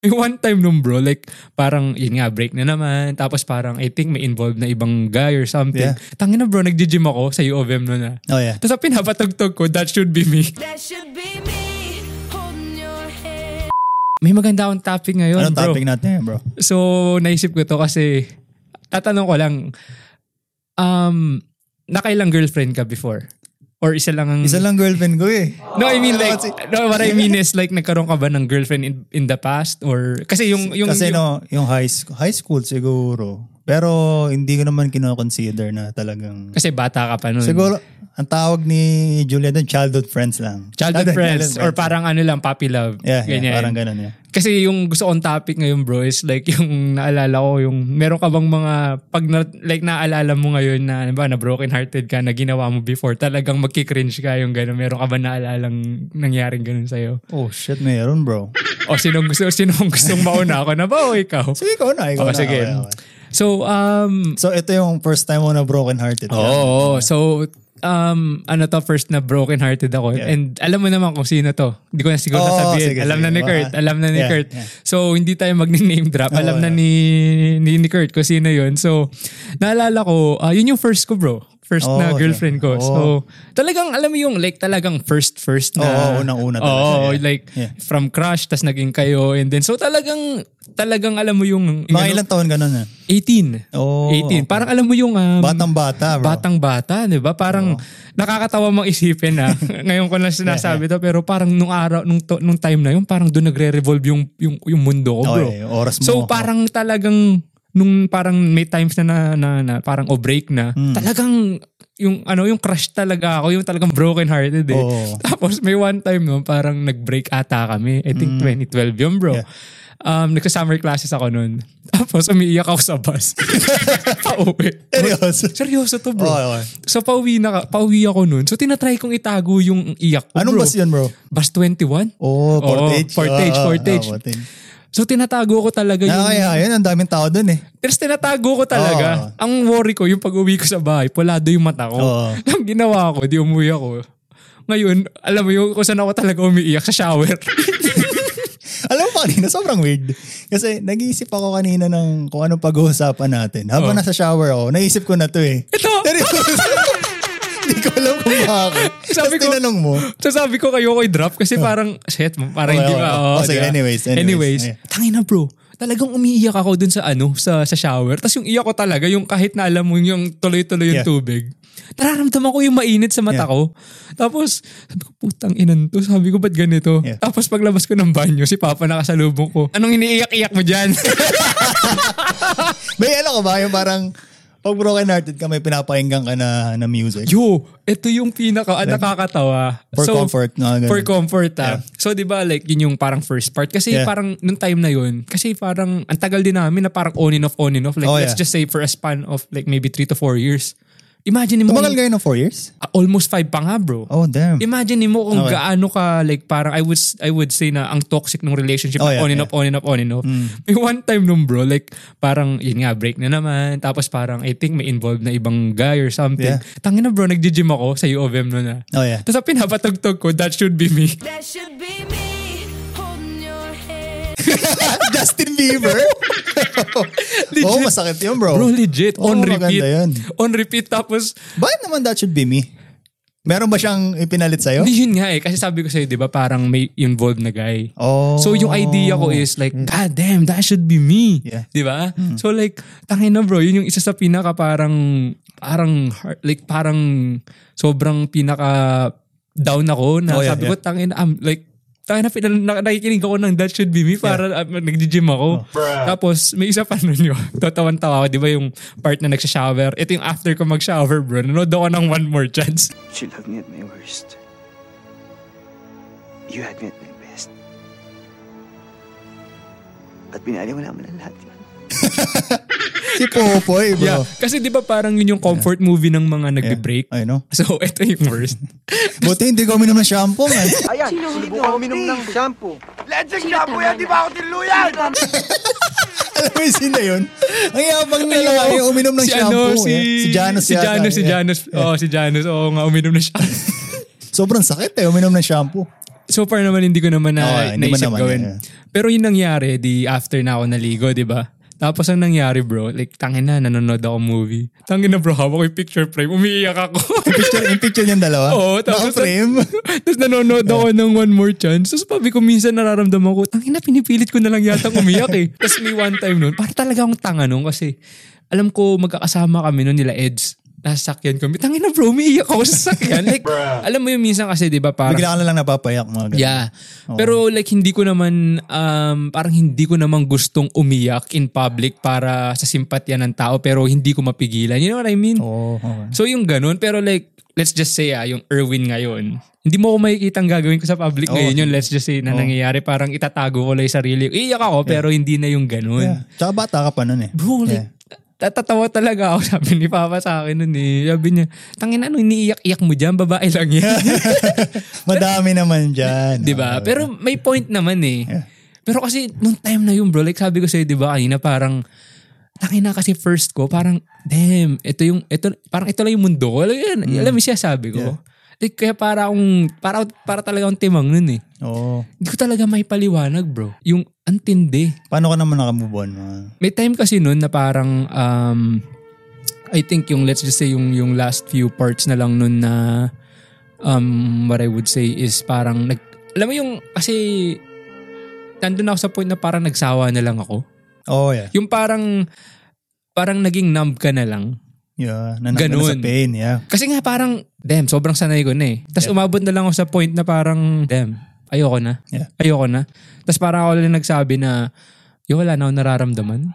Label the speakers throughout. Speaker 1: Yung one time nung bro, like, parang, yun nga, break na naman. Tapos parang, I think may involved na ibang guy or something.
Speaker 2: Yeah.
Speaker 1: Tangin na bro, nag-gym ako sa U of M noon na.
Speaker 2: Oh, yeah.
Speaker 1: Tapos ang pinapatugtog ko, that should be me.
Speaker 3: That should be me holding your hand.
Speaker 1: May maganda akong topic ngayon,
Speaker 2: Anong
Speaker 1: bro.
Speaker 2: topic natin, bro?
Speaker 1: So, naisip ko to kasi, tatanong ko lang, um, nakailang girlfriend ka before? Or isa lang ang...
Speaker 2: Isa lang girlfriend ko eh.
Speaker 1: No, I mean like,
Speaker 2: Kasi-
Speaker 1: no, what I mean is like, nagkaroon ka ba ng girlfriend in, in the past? Or, kasi yung... yung
Speaker 2: Kasi
Speaker 1: yung,
Speaker 2: no, yung high school, high school siguro. Pero hindi ko naman kinoconsider na talagang...
Speaker 1: kasi bata ka pa nun.
Speaker 2: Siguro, ang tawag ni Julia doon, childhood friends lang.
Speaker 1: Childhood friends, or parang ano lang, puppy love.
Speaker 2: Yeah, yeah,
Speaker 1: ganyan.
Speaker 2: parang ganun. Yeah.
Speaker 1: Kasi yung gusto kong topic ngayon bro is like yung naalala ko yung meron ka bang mga pag na, like naalala mo ngayon na ano ba na broken hearted ka na ginawa mo before talagang magki-cringe ka yung gano'n meron ka ba naalalang nangyaring gano'n sa'yo
Speaker 2: Oh shit, meron bro.
Speaker 1: o sinong gusto sinong gustong mauna ako na ba o ikaw
Speaker 2: Sige, ikaw na. Ikaw
Speaker 1: Oh,
Speaker 2: na.
Speaker 1: sige.
Speaker 2: Okay, okay.
Speaker 1: so um
Speaker 2: So ito yung first time mo na broken hearted.
Speaker 1: oo so um ano to first na broken hearted ako
Speaker 2: Yeah.
Speaker 1: and alam mo naman kung sino to hindi ko na siguro
Speaker 2: Oo,
Speaker 1: sasabihin
Speaker 2: sige,
Speaker 1: alam
Speaker 2: sige.
Speaker 1: na ni
Speaker 2: Baka-
Speaker 1: Kurt alam na ni
Speaker 2: Yeah,
Speaker 1: Kurt
Speaker 2: yeah.
Speaker 1: so hindi tayo magne-name drop alam
Speaker 2: Oo,
Speaker 1: na
Speaker 2: yeah.
Speaker 1: ni, ni ni Kurt kung sino yun so naalala ko ah, yun yung first ko bro first
Speaker 2: Oo,
Speaker 1: na girlfriend ko
Speaker 2: yeah.
Speaker 1: so talagang alam mo yung like talagang first first na
Speaker 2: Oo, unang-una talaga,
Speaker 1: oo
Speaker 2: yeah.
Speaker 1: like
Speaker 2: Yeah.
Speaker 1: from crush tas naging kayo and then so talagang talagang alam mo yung, yung
Speaker 2: Mga
Speaker 1: ano,
Speaker 2: ilang taon ganun na.
Speaker 1: 18
Speaker 2: Oo,
Speaker 1: 18 parang alam mo yung um,
Speaker 2: Batang bata bro.
Speaker 1: Batang bata, 'di ba? Parang nakakatawa mang isipin na. Ngayon ko lang sinasabi 'to, pero parang nung araw nung to- nung time na 'yon, parang doon nagre-revolve yung yung yung mundo ko,
Speaker 2: Oo,
Speaker 1: bro.
Speaker 2: eh, yung oras mo.
Speaker 1: So parang talagang nung parang may times na na, na, na parang o break na,
Speaker 2: Hmm.
Speaker 1: talagang yung ano yung crush talaga ako, yung talagang broken hearted eh.
Speaker 2: Oo.
Speaker 1: Tapos may one time no, parang nag-break ata kami. I think 2012 yun, bro.
Speaker 2: Hmm. Yeah.
Speaker 1: Um, nagsa-summer classes ako noon. Tapos umiiyak ako sa bus. Pauwi.
Speaker 2: Seryoso. Oh.
Speaker 1: Seryoso to bro. Oh,
Speaker 2: Oo, oo.
Speaker 1: So pauwi, na, pauwi ako nun. So tinatry kong itago yung iyak ko
Speaker 2: Anong
Speaker 1: bro.
Speaker 2: bus yun bro?
Speaker 1: Bus 21?
Speaker 2: Oh, Ah,
Speaker 1: Oo, Portage,
Speaker 2: portage. Oo, oo,
Speaker 1: Portage.
Speaker 2: oo, portage.
Speaker 1: So tinatago ko
Speaker 2: Ah,
Speaker 1: talaga yung...
Speaker 2: Nakakaya yun, ang daming tao dun eh.
Speaker 1: Tapos tinatago ko talaga.
Speaker 2: Oo.
Speaker 1: Ang worry ko, yung pag-uwi ko sa bahay, pulado yung mata ko.
Speaker 2: Oo.
Speaker 1: Ang ginawa ko, di umuwi ako. Ngayon, alam mo yung kung saan ako talaga umiiyak sa shower.
Speaker 2: Alam mo kanina, sobrang weird. Kasi nag-iisip ako kanina ng kung ano pag-uusapan natin. Habang
Speaker 1: Oh.
Speaker 2: nasa shower ako, naisip ko na to eh.
Speaker 1: Ito!
Speaker 2: Seryoso. Hindi ko alam kung bakit.
Speaker 1: Sabi
Speaker 2: Sabi
Speaker 1: ko-
Speaker 2: ko, tinanong mo,
Speaker 1: So sabi ko kayo ko i-drop kasi parang shit, parang
Speaker 2: Oh. Okay,
Speaker 1: hindi
Speaker 2: okay.
Speaker 1: ba.
Speaker 2: Oh, sige, anyways, anyways. Ayan.
Speaker 1: tangina bro. Talagang umiiyak ako dun sa ano, sa sa shower. Tapos yung iyak ko talaga, yung kahit na alam mo yung tuloy-tuloy yung
Speaker 2: Yeah.
Speaker 1: tubig. Nararamdaman ko yung mainit sa mata
Speaker 2: Yeah.
Speaker 1: ko. Tapos, sabi ko, putang inan to. Sabi ko, ba't ganito?
Speaker 2: Yeah.
Speaker 1: Tapos paglabas ko ng banyo, si Papa nakasalubong ko. Anong iniiyak-iyak mo dyan?
Speaker 2: may alam ko ba yung parang pag broken hearted ka, may pinapakinggan ka na, na music.
Speaker 1: Yo, ito yung pinaka ah, nakakatawa.
Speaker 2: For comfort, no, ganun.
Speaker 1: for comfort ah. So 'di ba like yun yung parang first part kasi
Speaker 2: Yeah.
Speaker 1: parang nung time na yun kasi parang ang tagal din namin na parang on and off on and off like
Speaker 2: Oh,
Speaker 1: let's
Speaker 2: yeah.
Speaker 1: just say for a span of like maybe 3 to 4 years. Imagine mo
Speaker 2: Tumagal kayo ng 4 years?
Speaker 1: Ah, almost 5 pa nga bro.
Speaker 2: Oh, damn.
Speaker 1: Imagine mo kung
Speaker 2: Okay.
Speaker 1: gaano ka like parang I would I would say na ang toxic ng relationship
Speaker 2: Oh,
Speaker 1: na
Speaker 2: yeah,
Speaker 1: on and
Speaker 2: yeah. Mm.
Speaker 1: off on and off on and off. May one time nung bro like parang yun nga break na naman tapos parang I think may involved na ibang guy or something.
Speaker 2: Yeah.
Speaker 1: Tangin na bro nagji-gym ako sa U of M noon na.
Speaker 2: Oh, yeah.
Speaker 1: Tapos ang pinapatugtog ko that should be me.
Speaker 3: That should be me holding your hand.
Speaker 2: Ah, Justin Bieber? oh,
Speaker 1: Legit.
Speaker 2: masakit yun, bro.
Speaker 1: Bro legit
Speaker 2: Oo,
Speaker 1: on
Speaker 2: maganda
Speaker 1: repeat.
Speaker 2: yun.
Speaker 1: On repeat tapos
Speaker 2: Bakit naman that should be me? Meron ba siyang ipinalit sa'yo?
Speaker 1: Hindi yun nga eh. Kasi sabi ko sa'yo, di ba, parang may involved na guy.
Speaker 2: Oh.
Speaker 1: So yung idea ko is like, God damn, that should be me.
Speaker 2: Mm. Yeah. Mm.
Speaker 1: Di ba? So like, tangin na bro, yun yung isa sa pinaka parang, parang, heart- like parang sobrang pinaka down ako na
Speaker 2: Oh, yeah,
Speaker 1: sabi ko,
Speaker 2: yeah.
Speaker 1: tangin na, I'm like, tangin na, pinan- na, nakikinig ako ng that should be me para uh, nag-gym
Speaker 2: Oh.
Speaker 1: ako. Tapos may isa pa nun yun. Tatawan-tawa ako, di ba yung part na nagsha-shower. Ito yung after ko mag-shower bro, nanood ako ng one more chance.
Speaker 4: She loved me at my worst. You had me at my best. At pinaliwala mo na lahat yun.
Speaker 2: Si Popoy, eh, bro.
Speaker 1: Yeah, kasi 'di ba parang yun yung comfort movie ng mga nagbe-break.
Speaker 2: I know.
Speaker 1: So ito yung worst.
Speaker 2: Buti hindi ko uminom ng shampoo, man.
Speaker 4: Ayan, sinubukan ko minum ng shampoo. Legend shampoo yan, di ba ako tinuluyan?
Speaker 2: Alam mo yung scene na yun? Ang yabang na lang yung uminom ng
Speaker 1: si
Speaker 2: shampoo.
Speaker 1: Ano, si,
Speaker 2: eh.
Speaker 1: si Janus, si
Speaker 2: yata,
Speaker 1: Janus, si
Speaker 2: yeah.
Speaker 1: Janus. Oh, si Janus. Oo nga, uminom na siya.
Speaker 2: Sobrang sakit eh, uminom ng shampoo.
Speaker 1: so far naman hindi ko naman
Speaker 2: Oo,
Speaker 1: na
Speaker 2: hindi mo
Speaker 1: naisip
Speaker 2: naman,
Speaker 1: gawin.
Speaker 2: yeah.
Speaker 1: Pero yung nangyari, di after na ako naligo, di ba? Tapos ang nangyari bro, like tangin na, nanonood ako movie. Tangin na bro, hawak ko yung picture frame, umiiyak ako.
Speaker 2: Yung picture, yung picture niyang dalawa?
Speaker 1: Oo,
Speaker 2: tapos.
Speaker 1: tapos-
Speaker 2: frame?
Speaker 1: Tapos nanonood ako ng One More Chance. Tapos pabi ko minsan nararamdaman ko, tangin na pinipilit ko na lang yata umiyak eh. Tapos may one time noon, para talaga akong tanga noon kasi alam ko magkakasama kami noon nila Eds. Nasa sakyan kami. Tangin na bro, umiiyak ako sa sakyan. Like, alam mo yung minsan kasi, di ba, parang
Speaker 2: Bigla ka na lang napapayak mga ganun.
Speaker 1: Yeah. Pero like hindi ko naman um parang hindi ko naman gustong umiyak in public para sa simpatya ng tao pero hindi ko mapigilan. You know what I mean?
Speaker 2: Oo, okay.
Speaker 1: So yung ganun pero like let's just say ah yung Erwin ngayon. Hindi mo ko makikita ang gagawin ko sa public
Speaker 2: Oo.
Speaker 1: ngayon yun. Let's just say na nangyayari parang itatago ko lang yung sarili. ko. Iiyak ako pero hindi na yung ganun.
Speaker 2: Yeah. Tsaka bata ka pa nun eh.
Speaker 1: Bro, like, tatatawa talaga ako. Sabi ni Papa sa akin nun eh. Sabi niya, tangin ano, iniiyak-iyak mo dyan, babae lang yan.
Speaker 2: Madami naman dyan.
Speaker 1: Di ba?
Speaker 2: Oo.
Speaker 1: Pero may point naman eh.
Speaker 2: Ah, Yeah.
Speaker 1: Pero kasi nung time na yun bro, like sabi ko sa'yo, di ba kanina parang, tangin na kasi first ko, parang, damn, ito yung, ito, parang ito lang yung mundo ko. Alam, mo yun, alam mo siya sabi ko. Like, kaya para akong, para, para talaga akong timang nun eh.
Speaker 2: Oo.
Speaker 1: Hindi ko talaga may paliwanag bro. Yung antindi.
Speaker 2: Paano ka naman nakamove on? mga-
Speaker 1: May time kasi nun na parang, um, I think yung, let's just say, yung, yung last few parts na lang nun na, um, what I would say is parang, nag, alam mo yung, kasi, nandun ako sa point na parang nagsawa na lang ako.
Speaker 2: Oo, oh, yeah.
Speaker 1: Yung parang, parang naging numb ka na lang.
Speaker 2: Yeah. Nanang
Speaker 1: Ganun.
Speaker 2: sa pain, yeah.
Speaker 1: Kasi nga parang, damn, sobrang sanay ko na eh. Tapos umabot na lang ako sa point na parang, damn, ayoko na.
Speaker 2: Yeah.
Speaker 1: Ayoko na. Tapos parang ako lang nagsabi na, yung wala na ako nararamdaman.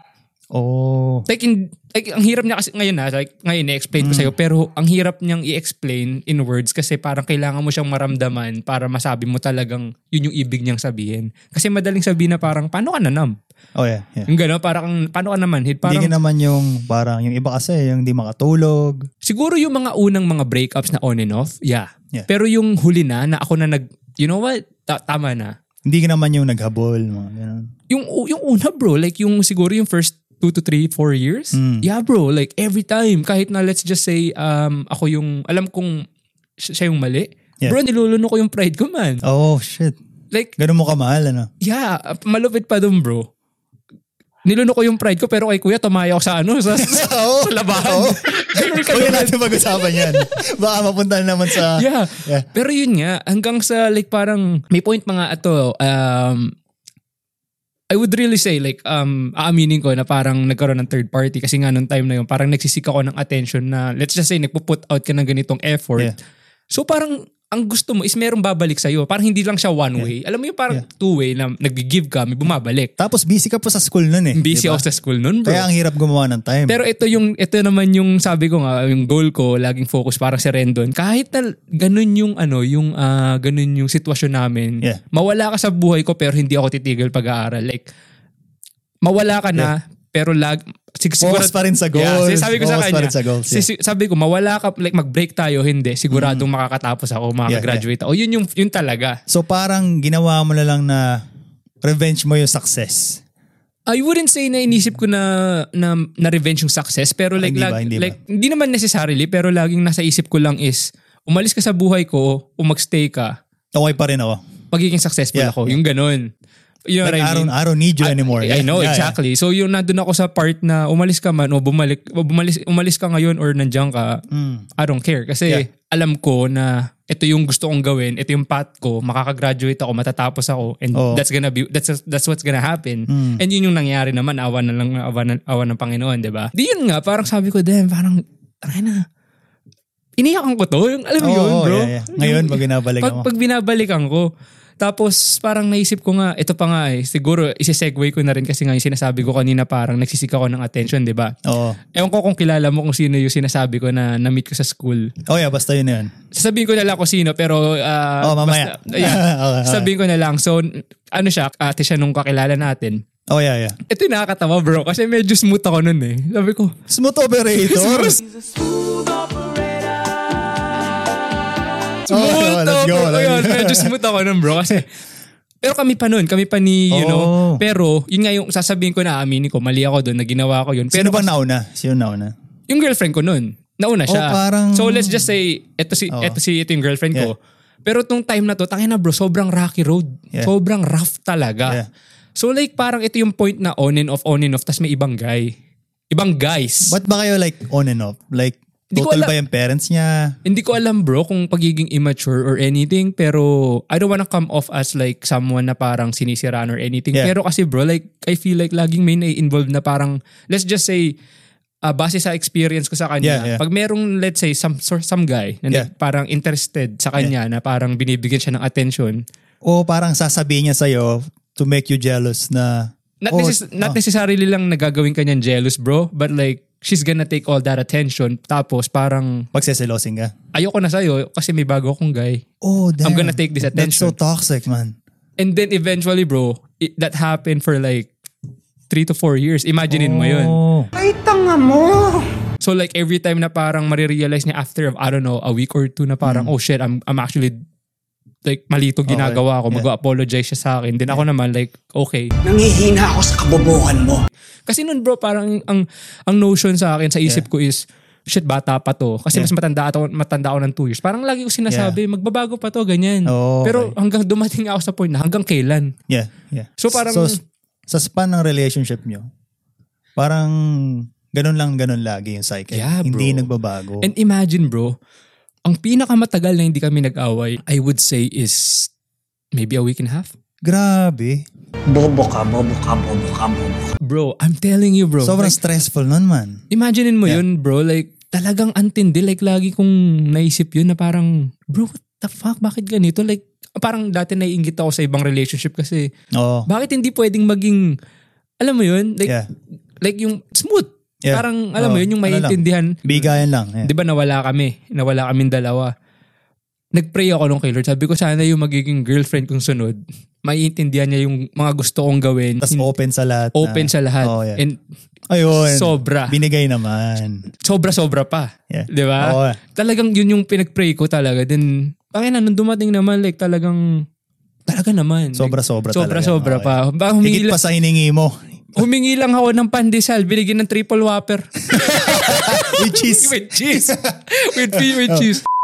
Speaker 2: Oo.
Speaker 1: Like, in, like, ang hirap niya kasi ngayon ha, like, ngayon i-explain ko
Speaker 2: Mm.
Speaker 1: sa'yo, pero ang hirap niyang i-explain in words kasi parang kailangan mo siyang maramdaman para masabi mo talagang yun yung ibig niyang sabihin. Kasi madaling sabihin na parang, paano ka nanam?
Speaker 2: Oh, yeah. yeah.
Speaker 1: Yung gano'n, parang, paano ka naman? Hit,
Speaker 2: Hindi
Speaker 1: parang,
Speaker 2: ka naman yung parang yung iba kasi yung di makatulog.
Speaker 1: siguro yung mga unang mga breakups na on and off, yeah.
Speaker 2: Yeah.
Speaker 1: Pero yung huli na, na ako na nag, you know what, Ta- tama na.
Speaker 2: Hindi ka naman yung naghabol. Mga ganun.
Speaker 1: yung yung una bro, like yung siguro yung first two to three, four years.
Speaker 2: Mm.
Speaker 1: Yeah bro, like every time, kahit na let's just say, um, ako yung, alam kong si- siya yung mali.
Speaker 2: Yeah.
Speaker 1: Bro, niluluno ko yung pride ko man.
Speaker 2: Oh, shit.
Speaker 1: Like,
Speaker 2: Ganun mo kamahal, ano?
Speaker 1: yeah, malupit pa dun bro. Niluno ko yung pride ko pero kay kuya tumaya ako sa ano, sa, sa
Speaker 2: Oo.
Speaker 1: labahan. Ganun
Speaker 2: Huwag na
Speaker 1: kalupit.
Speaker 2: natin pag-usapan yan. Baka mapunta na naman sa...
Speaker 1: yeah.
Speaker 2: Yeah.
Speaker 1: Pero yun nga, hanggang sa like parang may point mga ato, um, I would really say like um aaminin ko na parang nagkaroon ng third party kasi nga nung time na yun parang nagsisik ako ng attention na let's just say nagpo-put out ka ng ganitong effort.
Speaker 2: Yeah.
Speaker 1: So parang ang gusto mo is merong babalik sa'yo. Parang hindi lang siya one way. Alam mo yung parang two way na nag-give ka, may bumabalik.
Speaker 2: Tapos busy ka pa sa school nun eh.
Speaker 1: Busy
Speaker 2: diba?
Speaker 1: ako sa school nun bro.
Speaker 2: Kaya ang hirap gumawa ng time.
Speaker 1: Pero ito yung ito naman yung sabi ko nga yung goal ko laging focus parang si Rendon. Kahit na ganun yung ano yung ah, ganun yung sitwasyon namin.
Speaker 2: Yeah.
Speaker 1: Mawala ka sa buhay ko pero hindi ako titigil pag-aaral. Like mawala ka na pero lag sig-
Speaker 2: Focus pa rin sa
Speaker 1: Yeah,
Speaker 2: goals.
Speaker 1: sabi ko sa
Speaker 2: Focus pa
Speaker 1: kanya.
Speaker 2: rin sa goals, yeah. Mm.
Speaker 1: sisi- sabi ko mawala ka like mag-break tayo hindi siguradong makakatapos ako makakagraduate ako. Yun yung yun talaga.
Speaker 2: so parang ginawa mo na lang na revenge mo yung success.
Speaker 1: I Ah, wouldn't say na inisip ko na na, na revenge yung success pero like
Speaker 2: Hindi ba?
Speaker 1: lag-
Speaker 2: Hindi ba?
Speaker 1: like hindi naman necessarily pero laging nasa isip ko lang is umalis ka sa buhay ko o magstay ka
Speaker 2: Okay pa rin ako.
Speaker 1: pagiging successful
Speaker 2: Yeah.
Speaker 1: ako yung ganun. You know what I
Speaker 2: Like, I,
Speaker 1: mean?
Speaker 2: don't, I don't need you anymore.
Speaker 1: I, I know,
Speaker 2: Yeah, yeah.
Speaker 1: exactly. So yung nandun ako sa part na umalis ka man o bumalik, o bumalis, umalis ka ngayon or nandiyan ka,
Speaker 2: Hmm.
Speaker 1: I don't care. Kasi
Speaker 2: Yeah.
Speaker 1: alam ko na ito yung gusto kong gawin, ito yung path ko, makakagraduate ako, matatapos ako, and
Speaker 2: Oo.
Speaker 1: that's gonna be, that's, that's what's gonna happen.
Speaker 2: Mm.
Speaker 1: And yun yung nangyari naman, awa na lang, awa, na, awa ng Panginoon, di ba? Di yun nga, parang sabi ko, damn, parang, tangay na, iniyakan ko to, yung alam mo
Speaker 2: Oo,
Speaker 1: Ano yun, bro.
Speaker 2: yeah, yeah. Ngayon, pag binabalik
Speaker 1: pag,
Speaker 2: ako.
Speaker 1: Pag binabalikan ko, tapos parang naisip ko nga, ito pa nga eh, siguro isisegue ko na rin kasi nga yung sinasabi ko kanina parang nagsisik ako ng attention, di ba?
Speaker 2: Oo.
Speaker 1: Ewan ko kung kilala mo kung sino yung sinasabi ko na na-meet ko sa school.
Speaker 2: Oh yeah, basta yun na yun.
Speaker 1: Sasabihin ko na lang kung sino pero... ah,
Speaker 2: Oh, mamaya.
Speaker 1: Basta, yeah.
Speaker 2: Okay, okay.
Speaker 1: Sasabihin ko na lang. So, ano siya, ate siya nung kakilala natin.
Speaker 2: Oh yeah, yeah.
Speaker 1: Ito yung nakakatawa bro kasi medyo smooth ako nun eh. Sabi ko,
Speaker 2: Smooth operator.
Speaker 1: smooth
Speaker 2: Okay, well,
Speaker 1: ako,
Speaker 2: let's go,
Speaker 1: bro.
Speaker 2: let's
Speaker 1: Ayun,
Speaker 2: go.
Speaker 1: medyo smooth ako nun bro kasi pero kami pa nun, kami pa ni, you
Speaker 2: Oo.
Speaker 1: know. Pero, yun nga yung sasabihin ko na, aminin ko, mali ako doon, na ginawa ko yun. Pero
Speaker 2: Sino bang nauna? Sino nauna?
Speaker 1: yung girlfriend ko nun, nauna siya.
Speaker 2: Oh, parang-
Speaker 1: So
Speaker 2: Oh.
Speaker 1: let's just say, eto si, eto si, ito yung girlfriend ko. Pero tong time na to, tangina bro, sobrang rocky road.
Speaker 2: Yeah.
Speaker 1: Sobrang rough talaga.
Speaker 2: Yeah.
Speaker 1: So like parang ito yung point na on and off, on and off, tas may ibang guy. Ibang guys.
Speaker 2: Ba't ba kayo like on and off? Like,
Speaker 1: Hindi ko
Speaker 2: total
Speaker 1: alam.
Speaker 2: ba yung parents niya?
Speaker 1: Hindi ko alam bro kung pagiging immature or anything pero I don't wanna come off as like someone na parang sinisiraan or anything.
Speaker 2: Yeah.
Speaker 1: Pero kasi bro, like I feel like laging may na-involve na parang let's just say ah, base sa experience ko sa kanya,
Speaker 2: Yeah, yeah.
Speaker 1: pag merong let's say some sor- some guy na
Speaker 2: Yeah.
Speaker 1: nag- parang interested sa kanya na parang binibigyan siya ng attention,
Speaker 2: O parang sasabihin niya sa'yo to make you jealous na...
Speaker 1: not,
Speaker 2: oh,
Speaker 1: necess- not
Speaker 2: oh,
Speaker 1: necessarily lang nagagawin kanyang jealous bro, but like she's gonna take all that attention tapos parang
Speaker 2: Magseselosin ka.
Speaker 1: ayoko na sa'yo kasi may bago akong guy.
Speaker 2: Oh, damn.
Speaker 1: gonna take this
Speaker 2: That's so
Speaker 1: attention.
Speaker 2: toxic, man.
Speaker 1: And then eventually, bro, it, that happened for like three to four years. Imaginein mo yun.
Speaker 2: Oh.
Speaker 4: Ay, tanga mo!
Speaker 1: So like every time na parang marirealize niya after, I don't know, a week or two na parang, oh shit, I'm, I'm actually like malito ginagawa ko.
Speaker 2: Yeah.
Speaker 1: Mag-apologize siya sa akin. Then ako naman like, okay.
Speaker 5: Nangihina ako sa kabobohan mo.
Speaker 1: Kasi nun bro, parang ang, ang notion sa akin, sa isip ko is, shit, bata pa to. Kasi mas matanda ako, matanda ako ng two years. Parang lagi ko sinasabi, magbabago pa to, ganyan.
Speaker 2: Oh,
Speaker 1: Pero hanggang dumating ako sa point na, hanggang kailan?
Speaker 2: Yeah, yeah.
Speaker 1: So, parang-
Speaker 2: So, s- sa span ng relationship nyo, parang ganun lang ganun lagi yung cycle.
Speaker 1: Yeah, bro.
Speaker 2: Hindi nagbabago.
Speaker 1: And imagine bro, ang pinakamatagal na hindi kami nag-away, I would say is maybe a week and a half.
Speaker 2: Grabe.
Speaker 5: Bobo ka, bobo ka, bobo ka, bobo ka.
Speaker 1: Bro, I'm telling you bro.
Speaker 2: Sobrang
Speaker 1: like,
Speaker 2: stressful nun, man.
Speaker 1: imaginein mo
Speaker 2: Yeah.
Speaker 1: yun bro, like talagang antindi. Like lagi kong naisip yun na parang, bro, what the fuck, bakit ganito? Like parang dati naiingit ako sa ibang relationship kasi
Speaker 2: Oo.
Speaker 1: bakit hindi pwedeng maging, alam mo yun? Like,
Speaker 2: Yeah.
Speaker 1: like yung smooth.
Speaker 2: Yeah.
Speaker 1: Parang alam mo
Speaker 2: Oo.
Speaker 1: yun, yung
Speaker 2: Ano lang.
Speaker 1: maiintindihan.
Speaker 2: Bigayan lang. Yeah.
Speaker 1: Di ba nawala kami? Nawala kaming dalawa. Nag-pray ako nung kay Lord. Sabi ko sana yung magiging girlfriend kong sunod, maiintindihan niya yung mga gusto kong gawin.
Speaker 2: Tapos
Speaker 1: Hin-
Speaker 2: open sa lahat. na-
Speaker 1: open sa lahat.
Speaker 2: Oo, yeah.
Speaker 1: And
Speaker 2: Ayun.
Speaker 1: sobra.
Speaker 2: Binigay naman.
Speaker 1: sobra-sobra pa.
Speaker 2: Yeah. Oh.
Speaker 1: Di ba?
Speaker 2: Oo.
Speaker 1: Talagang yun yung pinag-pray ko talaga. Then, pakina, nung dumating naman, like talagang, talaga naman.
Speaker 2: Sobra-sobra
Speaker 1: like, sobra,
Speaker 2: talaga.
Speaker 1: Sobra-sobra
Speaker 2: Okay.
Speaker 1: pa. Ba, humingi,
Speaker 2: Higit
Speaker 1: lang,
Speaker 2: pa sa hiningi mo.
Speaker 1: humingi lang ako ng pandesal, binigyan ng triple whopper.
Speaker 2: Which is... Oh.
Speaker 1: with cheese. with, with cheese.